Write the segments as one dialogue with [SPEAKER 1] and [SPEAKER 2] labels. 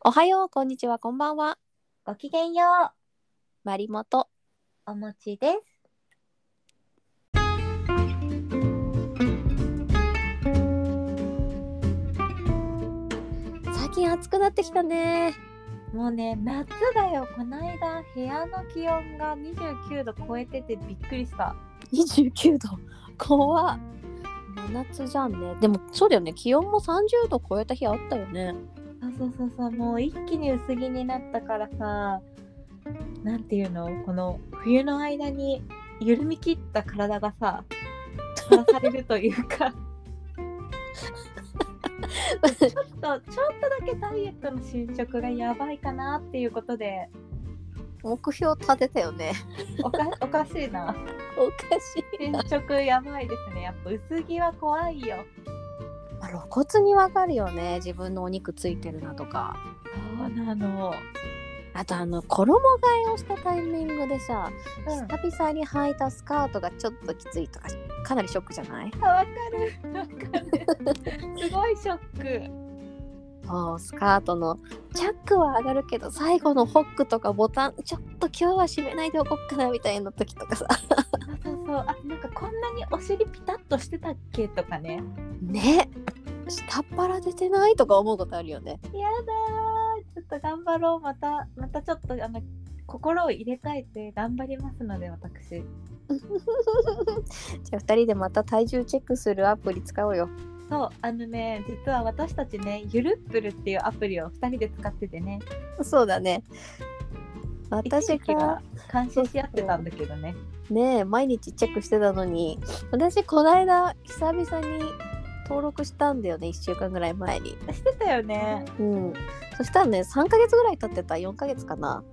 [SPEAKER 1] おはよう、こんにちは、こんばんは。
[SPEAKER 2] ごきげんよ
[SPEAKER 1] まりもと。
[SPEAKER 2] う。おもちです。
[SPEAKER 1] 最近暑くなってきたね。
[SPEAKER 2] もうね、夏だよ。こないだ部屋の気温が29度超えててびっくりした。
[SPEAKER 1] 29度。怖っ真夏じゃんね。でも、そうだよね。気温も30度超えた日あったよね。
[SPEAKER 2] そうそうそうそう、もう一気に薄着になったからさ、なんていうの、この冬の間に緩み切った体がさ、さらされるというか。ちょっとちょっとだけダイエットの進捗がやばいかなっていうことで
[SPEAKER 1] 目標立てたよね。
[SPEAKER 2] おかおかしいな。
[SPEAKER 1] おかし
[SPEAKER 2] 進捗やばいですね。やっぱ薄着は怖いよ。
[SPEAKER 1] い。露骨にわかるよね。自分のお肉ついてるなとか。
[SPEAKER 2] そうなの。
[SPEAKER 1] あと、あの、衣替えをしたタイミングでさ、久々に履いたスカートがちょっときついとか、かなりショックじゃない
[SPEAKER 2] あわかる。わかる。すごいショック。
[SPEAKER 1] そうスカートのチャックは上がるけど最後のホックとかボタンちょっと今日は閉めないでおこっかなみたいな時とかさ
[SPEAKER 2] そうそうそう。あなんかこんなにお尻ピタッとしてたっけとかね。
[SPEAKER 1] ね下っ腹出てないとか思うことあるよね
[SPEAKER 2] やだー。ちょっと頑張ろう。またまたちょっとあの心を入れ替えて頑張りますので私。
[SPEAKER 1] じゃあ2人でまた体重チェックするアプリ使おうよ
[SPEAKER 2] そうあのね実は私たちねゆるっぷるっていうアプリを2人で使っててね
[SPEAKER 1] そうだね
[SPEAKER 2] 一
[SPEAKER 1] 私
[SPEAKER 2] 時期
[SPEAKER 1] が
[SPEAKER 2] は監視し合ってたんだけどね
[SPEAKER 1] ねえ毎日チェックしてたのに私こないだ久々に登録したんだよね1週間ぐらい前に
[SPEAKER 2] してたよね
[SPEAKER 1] うんそしたらね3ヶ月ぐらい経ってた4ヶ月かな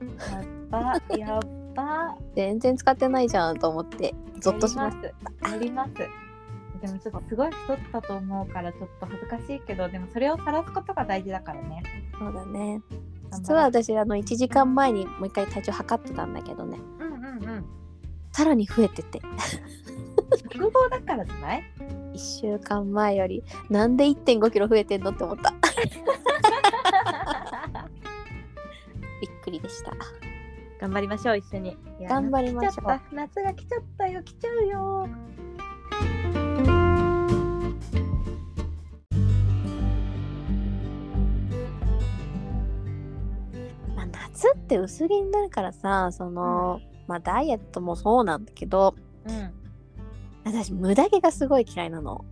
[SPEAKER 2] やっば、やっば。
[SPEAKER 1] 全然使ってないじゃんと思ってゾッとしまし
[SPEAKER 2] やります。やります。でもちょっとすごい太ったと思うからちょっと恥ずかしいけどでもそれを晒すことが大事だからね。
[SPEAKER 1] たそうだね実は私あの1時間前にもう一回体重測ってたんだけどね
[SPEAKER 2] うんうんうん。
[SPEAKER 1] さらに増えてて
[SPEAKER 2] 食後だからじゃない？
[SPEAKER 1] 1週間前よりなんで1 5キロ増えてんのって思った びっくりでした
[SPEAKER 2] 頑張りましょう一緒に。いや
[SPEAKER 1] 頑張りましょう
[SPEAKER 2] 夏来ちゃった夏が来ちゃったよ来ちゃうよ。
[SPEAKER 1] まあ、夏って薄着になるからさその、まあダイエットもそうなんだけど
[SPEAKER 2] うん。
[SPEAKER 1] 私無駄毛がすごい嫌いなの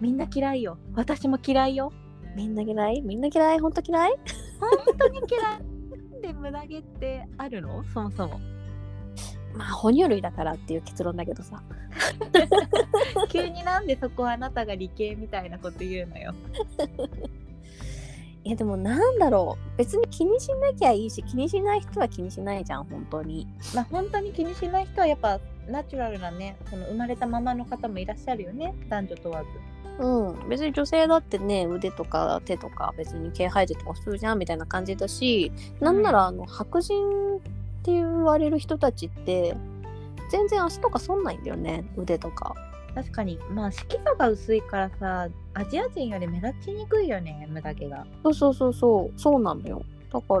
[SPEAKER 2] みんな嫌いよ。私も嫌いよ。
[SPEAKER 1] みんな嫌いみんな嫌いほんと嫌い
[SPEAKER 2] 本当に嫌い。なんで無駄毛ってあるの？そもそも。
[SPEAKER 1] まあ哺乳類だからっていう結論だけどさ
[SPEAKER 2] 急になんでそこあなたが理系みたいなこと言うのよ。
[SPEAKER 1] いやでもなんだろう別に気にしなきゃいいし気にしない人は気にしないじゃん本当に
[SPEAKER 2] まあ本当に気にしない人はやっぱナチュラルなねその生まれたままの方もいらっしゃるよね男女問わず
[SPEAKER 1] うん別に女性だってね腕とか手とか別に毛生えてても普通じゃんみたいな感じだしなんならあの白人って言われる人たちって全然足とかそんないんだよね腕とか
[SPEAKER 2] 確かにまあ色素が薄いからさアジア人より目立ちにくいよね無駄毛が
[SPEAKER 1] そうそうそうそうそうなのよだからあ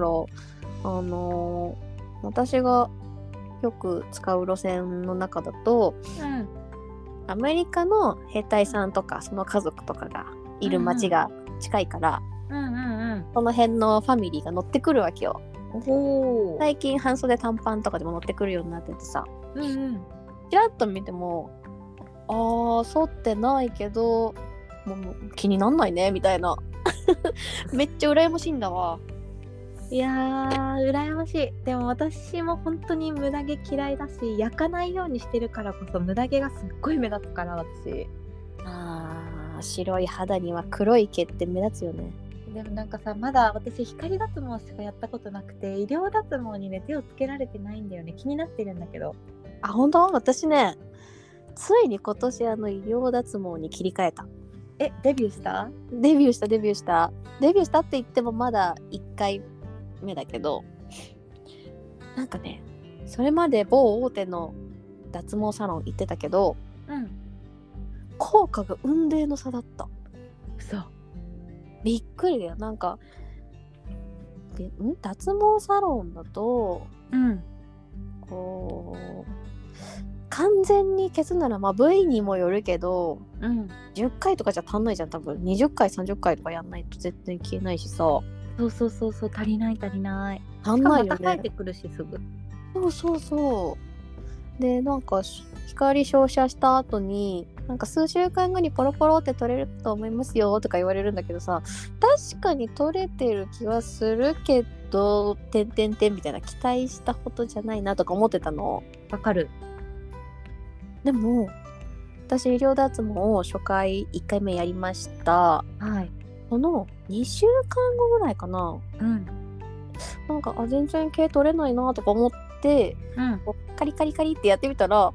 [SPEAKER 1] のー私がよく使う路線の中だと
[SPEAKER 2] うん
[SPEAKER 1] アメリカの兵隊さんとかその家族とかがいる町が近いから、
[SPEAKER 2] うんうん
[SPEAKER 1] その辺のファミリーが乗ってくるわけよ
[SPEAKER 2] うんおお、
[SPEAKER 1] 最近半袖短パンとかでも乗ってくるようになっててさ
[SPEAKER 2] うんうん
[SPEAKER 1] ちらっと見てもあー反ってないけどもう気になんないねみたいな めっちゃ羨ましいんだわ
[SPEAKER 2] いやー羨ましいでも私も本当に無駄毛嫌いだし焼かないようにしてるからこそ無駄毛がすっごい目立つから私
[SPEAKER 1] あー白い肌には黒い毛って目立つよね
[SPEAKER 2] でもなんかさまだ私光脱毛しかやったことなくて医療脱毛にね手をつけられてないんだよね気になってるんだけど
[SPEAKER 1] あ本当私ねついに今年あの医療脱毛に切り替えた
[SPEAKER 2] えデビューした
[SPEAKER 1] デビューしたデビューしたデビューしたって言ってもまだ1回目だけどなんかねそれまで某大手の脱毛サロン行ってたけど
[SPEAKER 2] うん
[SPEAKER 1] 効果が雲泥の差だった
[SPEAKER 2] 嘘
[SPEAKER 1] びっくりだよなんかでん脱毛サロンだと
[SPEAKER 2] うん
[SPEAKER 1] こう完全に消すならまあ部位にもよるけど
[SPEAKER 2] うん
[SPEAKER 1] 10回とかじゃ足んないじゃん多分20回30回とかやんないと絶対消えないしさ
[SPEAKER 2] そうそうそうそう足りない足りない
[SPEAKER 1] 足ん
[SPEAKER 2] しかも
[SPEAKER 1] な
[SPEAKER 2] ま
[SPEAKER 1] いよ
[SPEAKER 2] た生え
[SPEAKER 1] ね
[SPEAKER 2] てくるしすぐ
[SPEAKER 1] そうそうそうでなんかし光照射した後になんか数週間後にポロポロって取れると思いますよとか言われるんだけどさ確かに取れてる気はするけど「てんてんてん」みたいな期待したことじゃないなとか思ってたの
[SPEAKER 2] わかる
[SPEAKER 1] でも私医療脱毛を初回1回目やりました
[SPEAKER 2] はい
[SPEAKER 1] この2週間後ぐらいかな
[SPEAKER 2] うん
[SPEAKER 1] なんかあ全然毛取れないなとか思って
[SPEAKER 2] うん
[SPEAKER 1] こうカリカリカリってやってみたら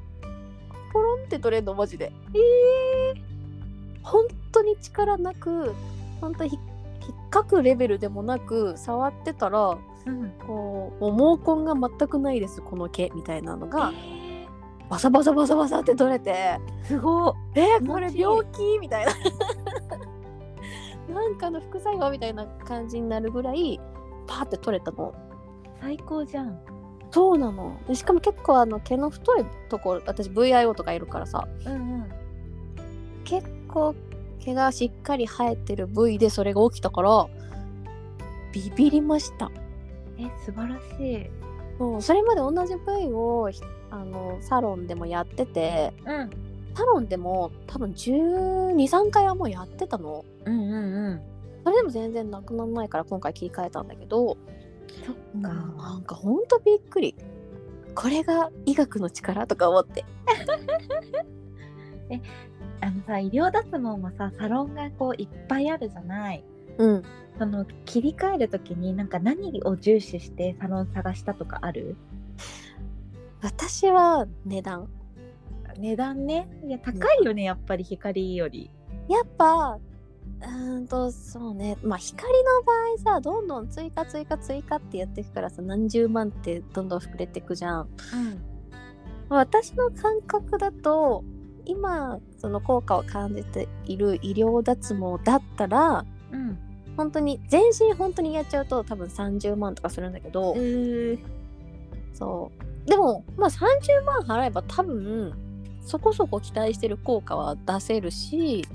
[SPEAKER 1] ポロンって取れんのマジでえー、本当に力なく本当ひ引っかくレベルでもなく触ってたら
[SPEAKER 2] うん
[SPEAKER 1] こうもう毛根が全くないですこの毛みたいなのがバサバサバサバサって取れて
[SPEAKER 2] すごっ
[SPEAKER 1] え
[SPEAKER 2] 気
[SPEAKER 1] ー、
[SPEAKER 2] 持
[SPEAKER 1] これ
[SPEAKER 2] ちいい
[SPEAKER 1] 病気みたいな なんかの副作用みたいな感じになるぐらいパーって取れたの
[SPEAKER 2] 最高じゃん
[SPEAKER 1] そうなのでしかも結構あの毛の太いところ私 VIO とかいるからさ
[SPEAKER 2] うんうん
[SPEAKER 1] 結構毛がしっかり生えてる部位でそれが起きたからビビりました
[SPEAKER 2] え素晴らしい
[SPEAKER 1] そうそれまで同じ部位をひあのサロンでもやってて
[SPEAKER 2] うん
[SPEAKER 1] サロンでも多分123回はもうやってたの
[SPEAKER 2] うんうんうん
[SPEAKER 1] それでも全然なくならないから今回切り替えたんだけど
[SPEAKER 2] そっ
[SPEAKER 1] な
[SPEAKER 2] か
[SPEAKER 1] んかほんとびっくりこれが医学の力とか思って
[SPEAKER 2] あのさ医療脱毛もさサロンがこういっぱいあるじゃない
[SPEAKER 1] うん
[SPEAKER 2] その切り替える時になんか何を重視してサロン探したとかある
[SPEAKER 1] 私は値段
[SPEAKER 2] 値段ねいや高いよねやっぱり光より
[SPEAKER 1] やっぱうーんとそうねまあ光の場合さどんどん追加追加追加ってやっていくからさ何十万ってどんどん膨れていくじゃん
[SPEAKER 2] うん
[SPEAKER 1] 私の感覚だと今その効果を感じている医療脱毛だったら
[SPEAKER 2] うん
[SPEAKER 1] 本当に全身本当にやっちゃうと多分30万とかするんだけど、
[SPEAKER 2] ー
[SPEAKER 1] そうでもまあ30万払えば多分そこそこ期待してる効果は出せるし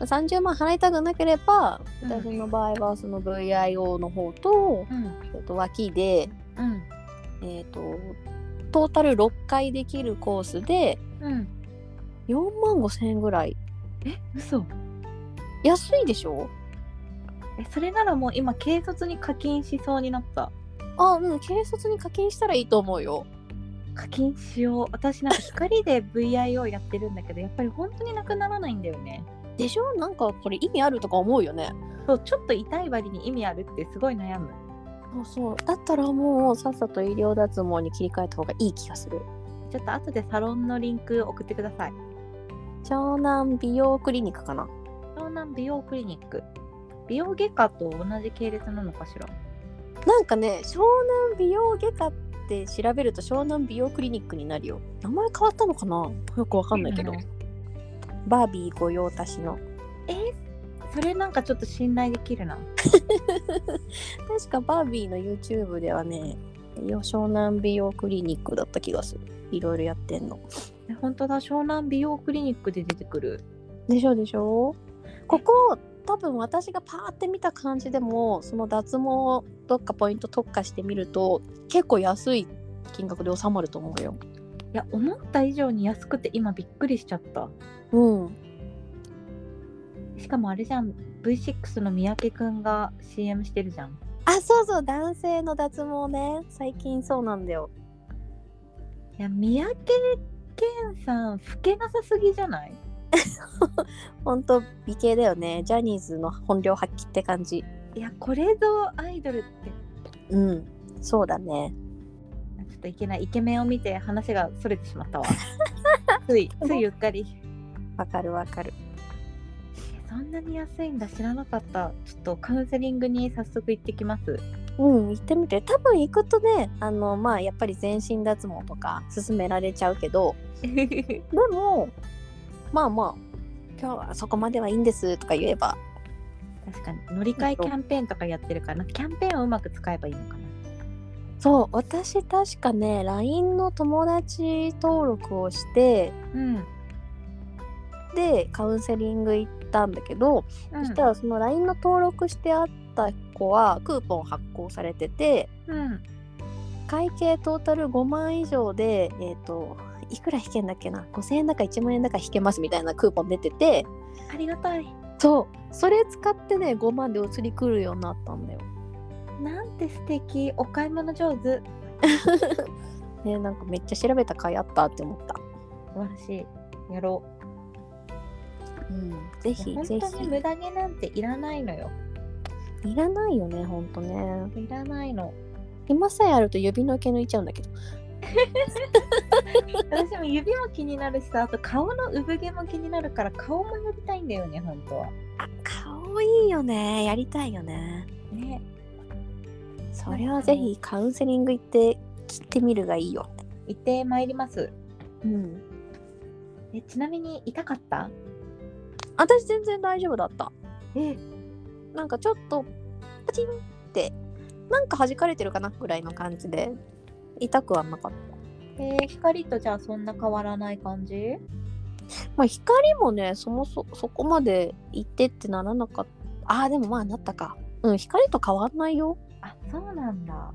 [SPEAKER 1] 30万払いたくなければ
[SPEAKER 2] うん
[SPEAKER 1] 私の場合はその VIO の方と,、
[SPEAKER 2] うん
[SPEAKER 1] えっと脇で、
[SPEAKER 2] うん
[SPEAKER 1] えっとトータル6回できるコースで
[SPEAKER 2] うん
[SPEAKER 1] 4万5千円ぐらい
[SPEAKER 2] え嘘
[SPEAKER 1] 安いでしょ
[SPEAKER 2] えそれならもう今軽率に課金しそうになった
[SPEAKER 1] あうん軽率に課金したらいいと思うよ
[SPEAKER 2] 課金しよう私なんか光で VIO やってるんだけどやっぱり本当になくならないんだよね
[SPEAKER 1] でしょなんかこれ意味あるとか思うよね
[SPEAKER 2] そうちょっと痛い割に意味あるってすごい悩む
[SPEAKER 1] そうそうだったらもうさっさと医療脱毛に切り替えた方がいい気がする
[SPEAKER 2] ちょっと後でサロンのリンク送ってください
[SPEAKER 1] 湘南美容クリニックかな
[SPEAKER 2] 湘南美容クリニック美容外科と同じ系列なのかしら
[SPEAKER 1] なんかね湘南美容外科って調べると湘南美容クリニックになるよ名前変わったのかなよくわかんないけど、
[SPEAKER 2] うん
[SPEAKER 1] バービー御用達の
[SPEAKER 2] それなんかちょっと信頼できるな
[SPEAKER 1] 確かバービーの YouTube ではねよ湘南美容クリニックだった気がするいろいろやってんの
[SPEAKER 2] え本当だ湘南美容クリニックで出てくる
[SPEAKER 1] でしょでしょここ多分私がパーって見た感じでもその脱毛どっかポイント特化してみると結構安い金額で収まると思うよ
[SPEAKER 2] いや思った以上に安くて今びっくりしちゃった
[SPEAKER 1] うん
[SPEAKER 2] しかもあれじゃん V6 の三宅くんが CM してるじゃん
[SPEAKER 1] あそうそう男性の脱毛ね最近そうなんだよ
[SPEAKER 2] いや三宅健さん老けなさすぎじゃない
[SPEAKER 1] ほんと美形だよねジャニーズの本領発揮って感じ
[SPEAKER 2] いやこれぞアイドルって
[SPEAKER 1] うんそうだね
[SPEAKER 2] ちょっといけないイケメンを見て話がそれてしまったわついついうっかり
[SPEAKER 1] わかるわかる
[SPEAKER 2] そんなに安いんだ知らなかったちょっとカウンセリングに早速行ってき ます
[SPEAKER 1] うん行ってみて多分行くとねあのまあやっぱり全身脱毛とか勧められちゃうけどでもまあまあ今日はそこまではいいんですとか言えば
[SPEAKER 2] 確かに乗り換えキャンペーンとかやってるからキャンペーンをうまく使えばいいのかな
[SPEAKER 1] そう私確かね LINE の友達登録をして
[SPEAKER 2] うん、
[SPEAKER 1] でカウンセリング行ったんだけど、
[SPEAKER 2] うん、
[SPEAKER 1] そしたらその LINE の登録してあった子はクーポン発行されてて
[SPEAKER 2] うん
[SPEAKER 1] 会計トータル5万以上でえっ、といくら引けんだっけな5,000円だか1万円だか引けますみたいなクーポン出てて
[SPEAKER 2] ありがたい
[SPEAKER 1] そうそれ使ってね5万で移りくるようになった んだよ。
[SPEAKER 2] なんて素敵お買い物上手
[SPEAKER 1] ね、なんかめっちゃ調べた甲斐あったって思った。
[SPEAKER 2] 素晴らしいやろう
[SPEAKER 1] うん、ぜ
[SPEAKER 2] い
[SPEAKER 1] ひ
[SPEAKER 2] や
[SPEAKER 1] ぜ
[SPEAKER 2] 本当に無駄毛なんていらないのよ
[SPEAKER 1] ひ。いらないよね、ほんとね。
[SPEAKER 2] いらない の
[SPEAKER 1] 今さえあると指の毛抜いちゃうんだけど。
[SPEAKER 2] 私も指も気になるしさあと顔の産毛も気になるから顔もやりたいんだよね本当は
[SPEAKER 1] 顔いいよね、やりたいよね。
[SPEAKER 2] ね
[SPEAKER 1] それはぜひカウンセリング行って切ってみるがいいよ。
[SPEAKER 2] 行ってまいります
[SPEAKER 1] うん。
[SPEAKER 2] えちなみに痛かった
[SPEAKER 1] 私全然大丈夫だった。
[SPEAKER 2] え
[SPEAKER 1] なんかちょっとパチンってなんか弾かれてるかなぐらいの感じで痛くはなかった。
[SPEAKER 2] えー光とじゃあそんな変わらない感じ
[SPEAKER 1] まあ光もねそもそそこまで行ってってならなかった。ああでもまあなったか。うん光と変わんないよ。
[SPEAKER 2] あそうなんだ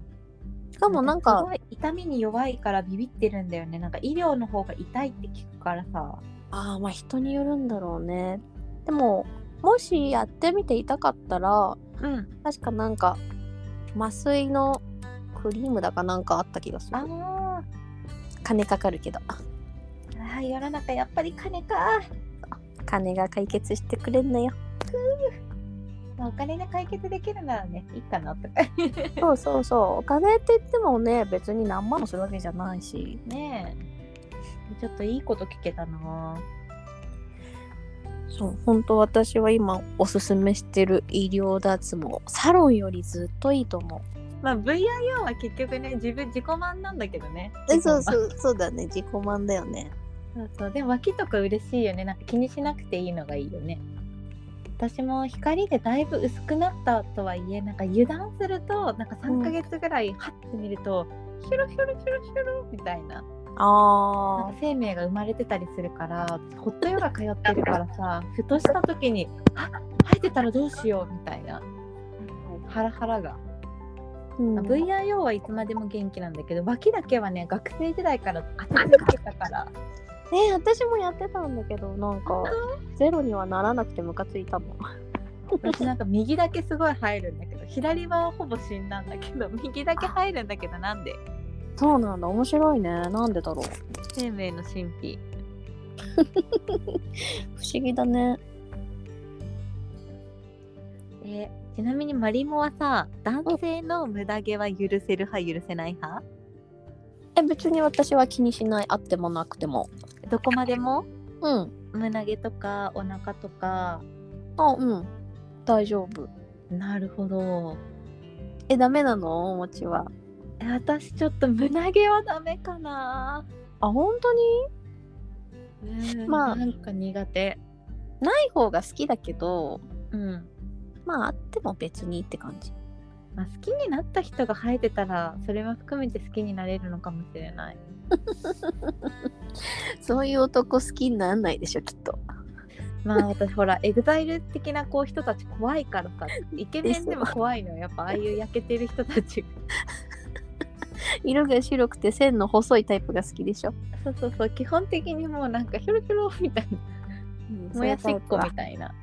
[SPEAKER 1] しかもなん
[SPEAKER 2] す
[SPEAKER 1] か
[SPEAKER 2] ごい痛みに弱いからビビってるんだよねなんか医療の方が痛いって聞くからさ
[SPEAKER 1] ああまあ人によるんだろうねでももしやってみて痛かったら
[SPEAKER 2] うん
[SPEAKER 1] 確かなんか麻酔のクリームだかなんかあった気がする
[SPEAKER 2] あー
[SPEAKER 1] 金かかるけど
[SPEAKER 2] あー世の中やっぱり金か
[SPEAKER 1] 金が解決してくれんのよ
[SPEAKER 2] まあお金で解決できるならねいいかなとか
[SPEAKER 1] そうそうそうお金って言ってもね別に何万もするわけじゃないし
[SPEAKER 2] ねえちょっといいこと聞けたな
[SPEAKER 1] そう本当私は今おすすめしてる医療脱毛サロンよりずっといいと思う
[SPEAKER 2] まあ VIO は結局ね自分自己満なんだけどね
[SPEAKER 1] そう
[SPEAKER 2] う
[SPEAKER 1] そうそうだね自己満だよね
[SPEAKER 2] そうそうでも脇とか嬉しいよねなんか気にしなくていいのがいいよね私も光でだいぶ薄くなったとはいえなんか油断するとなんか3ヶ月ぐらいはってみると、ヒュルヒュルヒュルヒュルみたいななん
[SPEAKER 1] あ
[SPEAKER 2] か生命が生まれてたりするからホットヨガ通ってるからさふとした時にあ生えてたらどうしようみたいなハラハラが、
[SPEAKER 1] あ、うん、
[SPEAKER 2] まあ VIO はいつまでも元気なんだけど脇だけはね学生時代から当て続けたから
[SPEAKER 1] ね私もやってたんだけどなんかゼロにはならなくてムカついたもん
[SPEAKER 2] 私なんか右だけすごい入るんだけど左はほぼ死んだんだけど 右だけ入るんだけどなんで
[SPEAKER 1] そうなんだ面白いねなんでだろう
[SPEAKER 2] 生命の神秘
[SPEAKER 1] 不思議だね
[SPEAKER 2] えーちなみにマリモはさ男性の無駄毛は許せる派許せない派
[SPEAKER 1] え別に私は気にしないあってもなくても
[SPEAKER 2] どこまでも
[SPEAKER 1] うん
[SPEAKER 2] 胸毛とかお腹とか
[SPEAKER 1] あうん大丈夫
[SPEAKER 2] なるほど
[SPEAKER 1] えダメなのお餅は
[SPEAKER 2] え私ちょっと胸毛はダメかな
[SPEAKER 1] あ本当に
[SPEAKER 2] ま
[SPEAKER 1] ま
[SPEAKER 2] あ
[SPEAKER 1] あ
[SPEAKER 2] なんか苦手
[SPEAKER 1] ない方が好きだけど
[SPEAKER 2] うん
[SPEAKER 1] まああっても別にって感じ
[SPEAKER 2] まあ、好きになった人が生えてたらそれも含めて好きになれるのかもしれない
[SPEAKER 1] そういう男好きにならないでしょきっと
[SPEAKER 2] まあ私ほらエグザイル的なこう人たち怖いからさイケメンでも怖いのよやっぱああいう焼けてる人たち
[SPEAKER 1] 色が白くて線の細いタイプが好きでしょ、
[SPEAKER 2] そうそうそう基本的にもうなんかヒョロヒョロみたいなもやしっこみたいな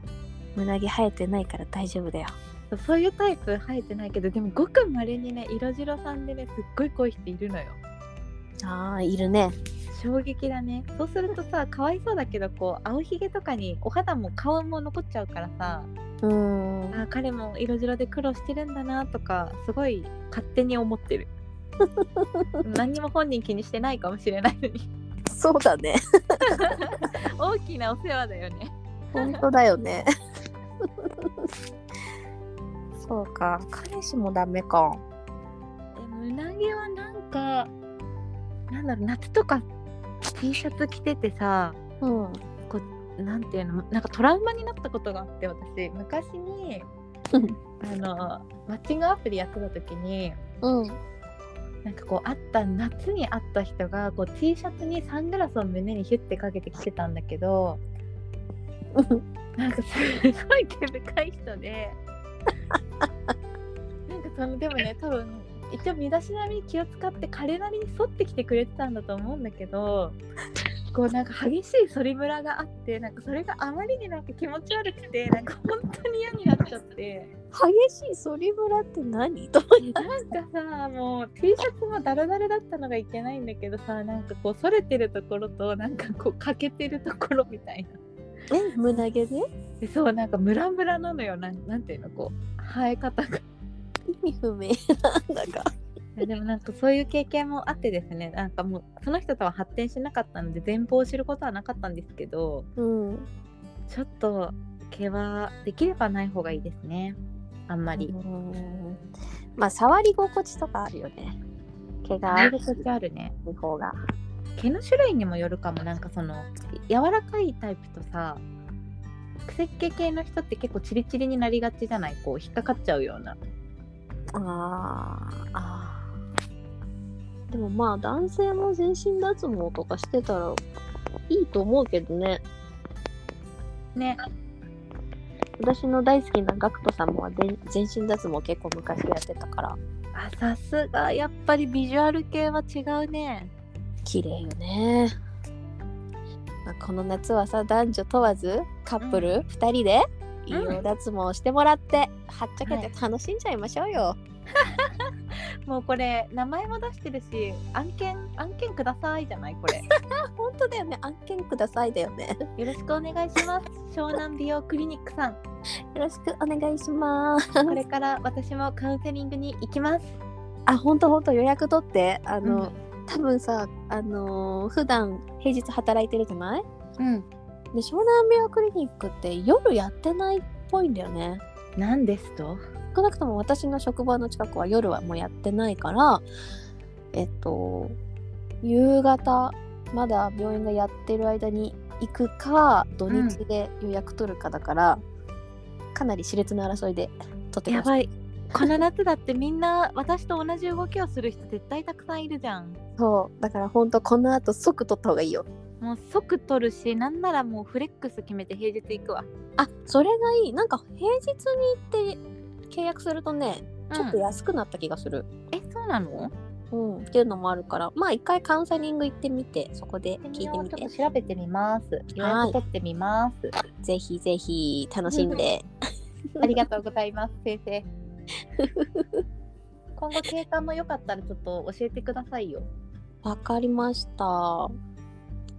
[SPEAKER 1] 胸毛生えてないから大丈夫だよ
[SPEAKER 2] そうそういうタイプ生えてないけどでもごくまれにね色白さんでねすっごい濃い人いるのよ
[SPEAKER 1] あーいるね
[SPEAKER 2] 衝撃だねそうするとさかわいそうだけどこう青ひげとかにお肌も顔も残っちゃうからさ
[SPEAKER 1] うーん
[SPEAKER 2] あー彼も色白で苦労してるんだなとかすごい勝手に思ってる 何にも本人気にしてないかもしれないのに
[SPEAKER 1] そうだね。
[SPEAKER 2] 大きなお世話だよね
[SPEAKER 1] 本当だよね。そうか。彼氏もダメか。
[SPEAKER 2] え胸毛はなんかなんだろう夏とか T シャツ着ててさ
[SPEAKER 1] うん。
[SPEAKER 2] なんていうのなんかトラウマになったことがあって私昔に
[SPEAKER 1] うん
[SPEAKER 2] あのマッチングアプリやってた時に
[SPEAKER 1] うん
[SPEAKER 2] なんかこう会った夏に会った人がこう T シャツにサングラスを胸にヒュッてかけてきてたんだけどなんかすごい毛深い人でなんかそのでもね多分一応身だしなみに気を使って彼なりに沿ってきてくれてたんだと思うんだけどこうなんか激しい反りムラがあってなんかそれがあまりになんか気持ち悪くてなんか本当に嫌になっちゃって
[SPEAKER 1] 激しい反りムラって何 と思って
[SPEAKER 2] なんかさもう T シャツもダラダラだったのがいけないんだけどさなんかこう反れてるところとなんかこう欠けてるところみたいな。
[SPEAKER 1] ね胸毛ね
[SPEAKER 2] でそうなんかムラムラなのよなんなんていうのこう生え方が。
[SPEAKER 1] 意味不明なんだか
[SPEAKER 2] いやでもなんかそういう経験もあってですねなんかもうその人とは発展しなかったので全貌を知ることはなかったんですけど
[SPEAKER 1] うんあ
[SPEAKER 2] ちょっと毛はできればない方がいいですねあんまり
[SPEAKER 1] まあ触り心地とかあるよね毛があ
[SPEAKER 2] あ
[SPEAKER 1] る
[SPEAKER 2] あるね
[SPEAKER 1] 方が
[SPEAKER 2] 毛の種類にもよるかもなんかその柔らかいタイプとさクセっ毛系の人って結構チリチリになりがちじゃないこう引っかかっちゃうような
[SPEAKER 1] あーあーでもまあ男性も全身脱毛とかしてたらいいと思うけどね
[SPEAKER 2] ね
[SPEAKER 1] 私の大好きな GACKT さんもはで全身脱毛結構昔やってたから
[SPEAKER 2] あさすがやっぱりビジュアル系は違うね
[SPEAKER 1] 綺麗よね、まあ、この夏はさ男女問わずカップル2人で医療脱毛してもらって、はっちゃけて楽しんじゃいましょうよ、
[SPEAKER 2] もうこれ名前も出してるし案件案件くださいじゃないこ れ
[SPEAKER 1] 本当だよね案件くださいだよね
[SPEAKER 2] よろしくお願いします湘南美容クリニックさん
[SPEAKER 1] よろしくお願いします
[SPEAKER 2] これから私もカウンセリングに行きます
[SPEAKER 1] あ本当本当予約取ってあ
[SPEAKER 2] あ
[SPEAKER 1] の、多分さあのー普段平日働いてるじゃない
[SPEAKER 2] うん
[SPEAKER 1] で湘南美容クリニックって夜やってないっぽいんだよね
[SPEAKER 2] 何ですと
[SPEAKER 1] 少なくとも私の職場の近くは夜はもうやってないからえっと夕方まだ病院がやってる間に行くか土日で予約取るかだから、かなり熾烈な争いで取って
[SPEAKER 2] や
[SPEAKER 1] ました
[SPEAKER 2] ばいこの夏だってみんな私と同じ動きをする人絶対たくさんいるじゃん
[SPEAKER 1] そうだから本当この後即取った方がいいよ
[SPEAKER 2] もう即取るしなんならもうフレックス決めて平日行くわ
[SPEAKER 1] あそれがいいなんか平日に行って契約するとねちょっと
[SPEAKER 2] うん
[SPEAKER 1] 安くなった気がする、
[SPEAKER 2] えそうなの
[SPEAKER 1] うんっていうのもあるからまあ一回カウンセリング行ってみてそこで聞いてみて
[SPEAKER 2] 調べてみます
[SPEAKER 1] 予約
[SPEAKER 2] 取ってみます
[SPEAKER 1] ぜひぜひ楽しん で
[SPEAKER 2] ありがとうございます、先生。 今後経過も良かったらちょっと教えてくださいよ。
[SPEAKER 1] わかりました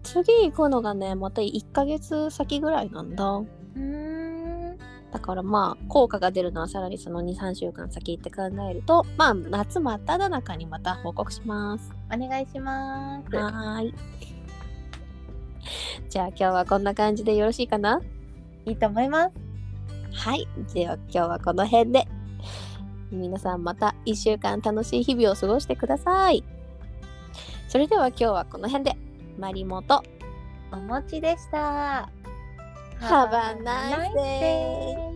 [SPEAKER 1] 次行くのがねまた1ヶ月先ぐらいなんだ
[SPEAKER 2] うん。
[SPEAKER 1] だからまあ効果が出るのはさらにその23週間先って考えるとまあ夏真っ只中にまた報告します
[SPEAKER 2] お願いします。
[SPEAKER 1] はーいじゃあ今日はこんな感じでよろしいかない
[SPEAKER 2] いと思います。
[SPEAKER 1] はいでは今日はこの辺で皆さんまた1週間楽しい日々を過ごしてくださいそれでは今日はこの辺でマリモと
[SPEAKER 2] お餅でした。
[SPEAKER 1] Have a nice day.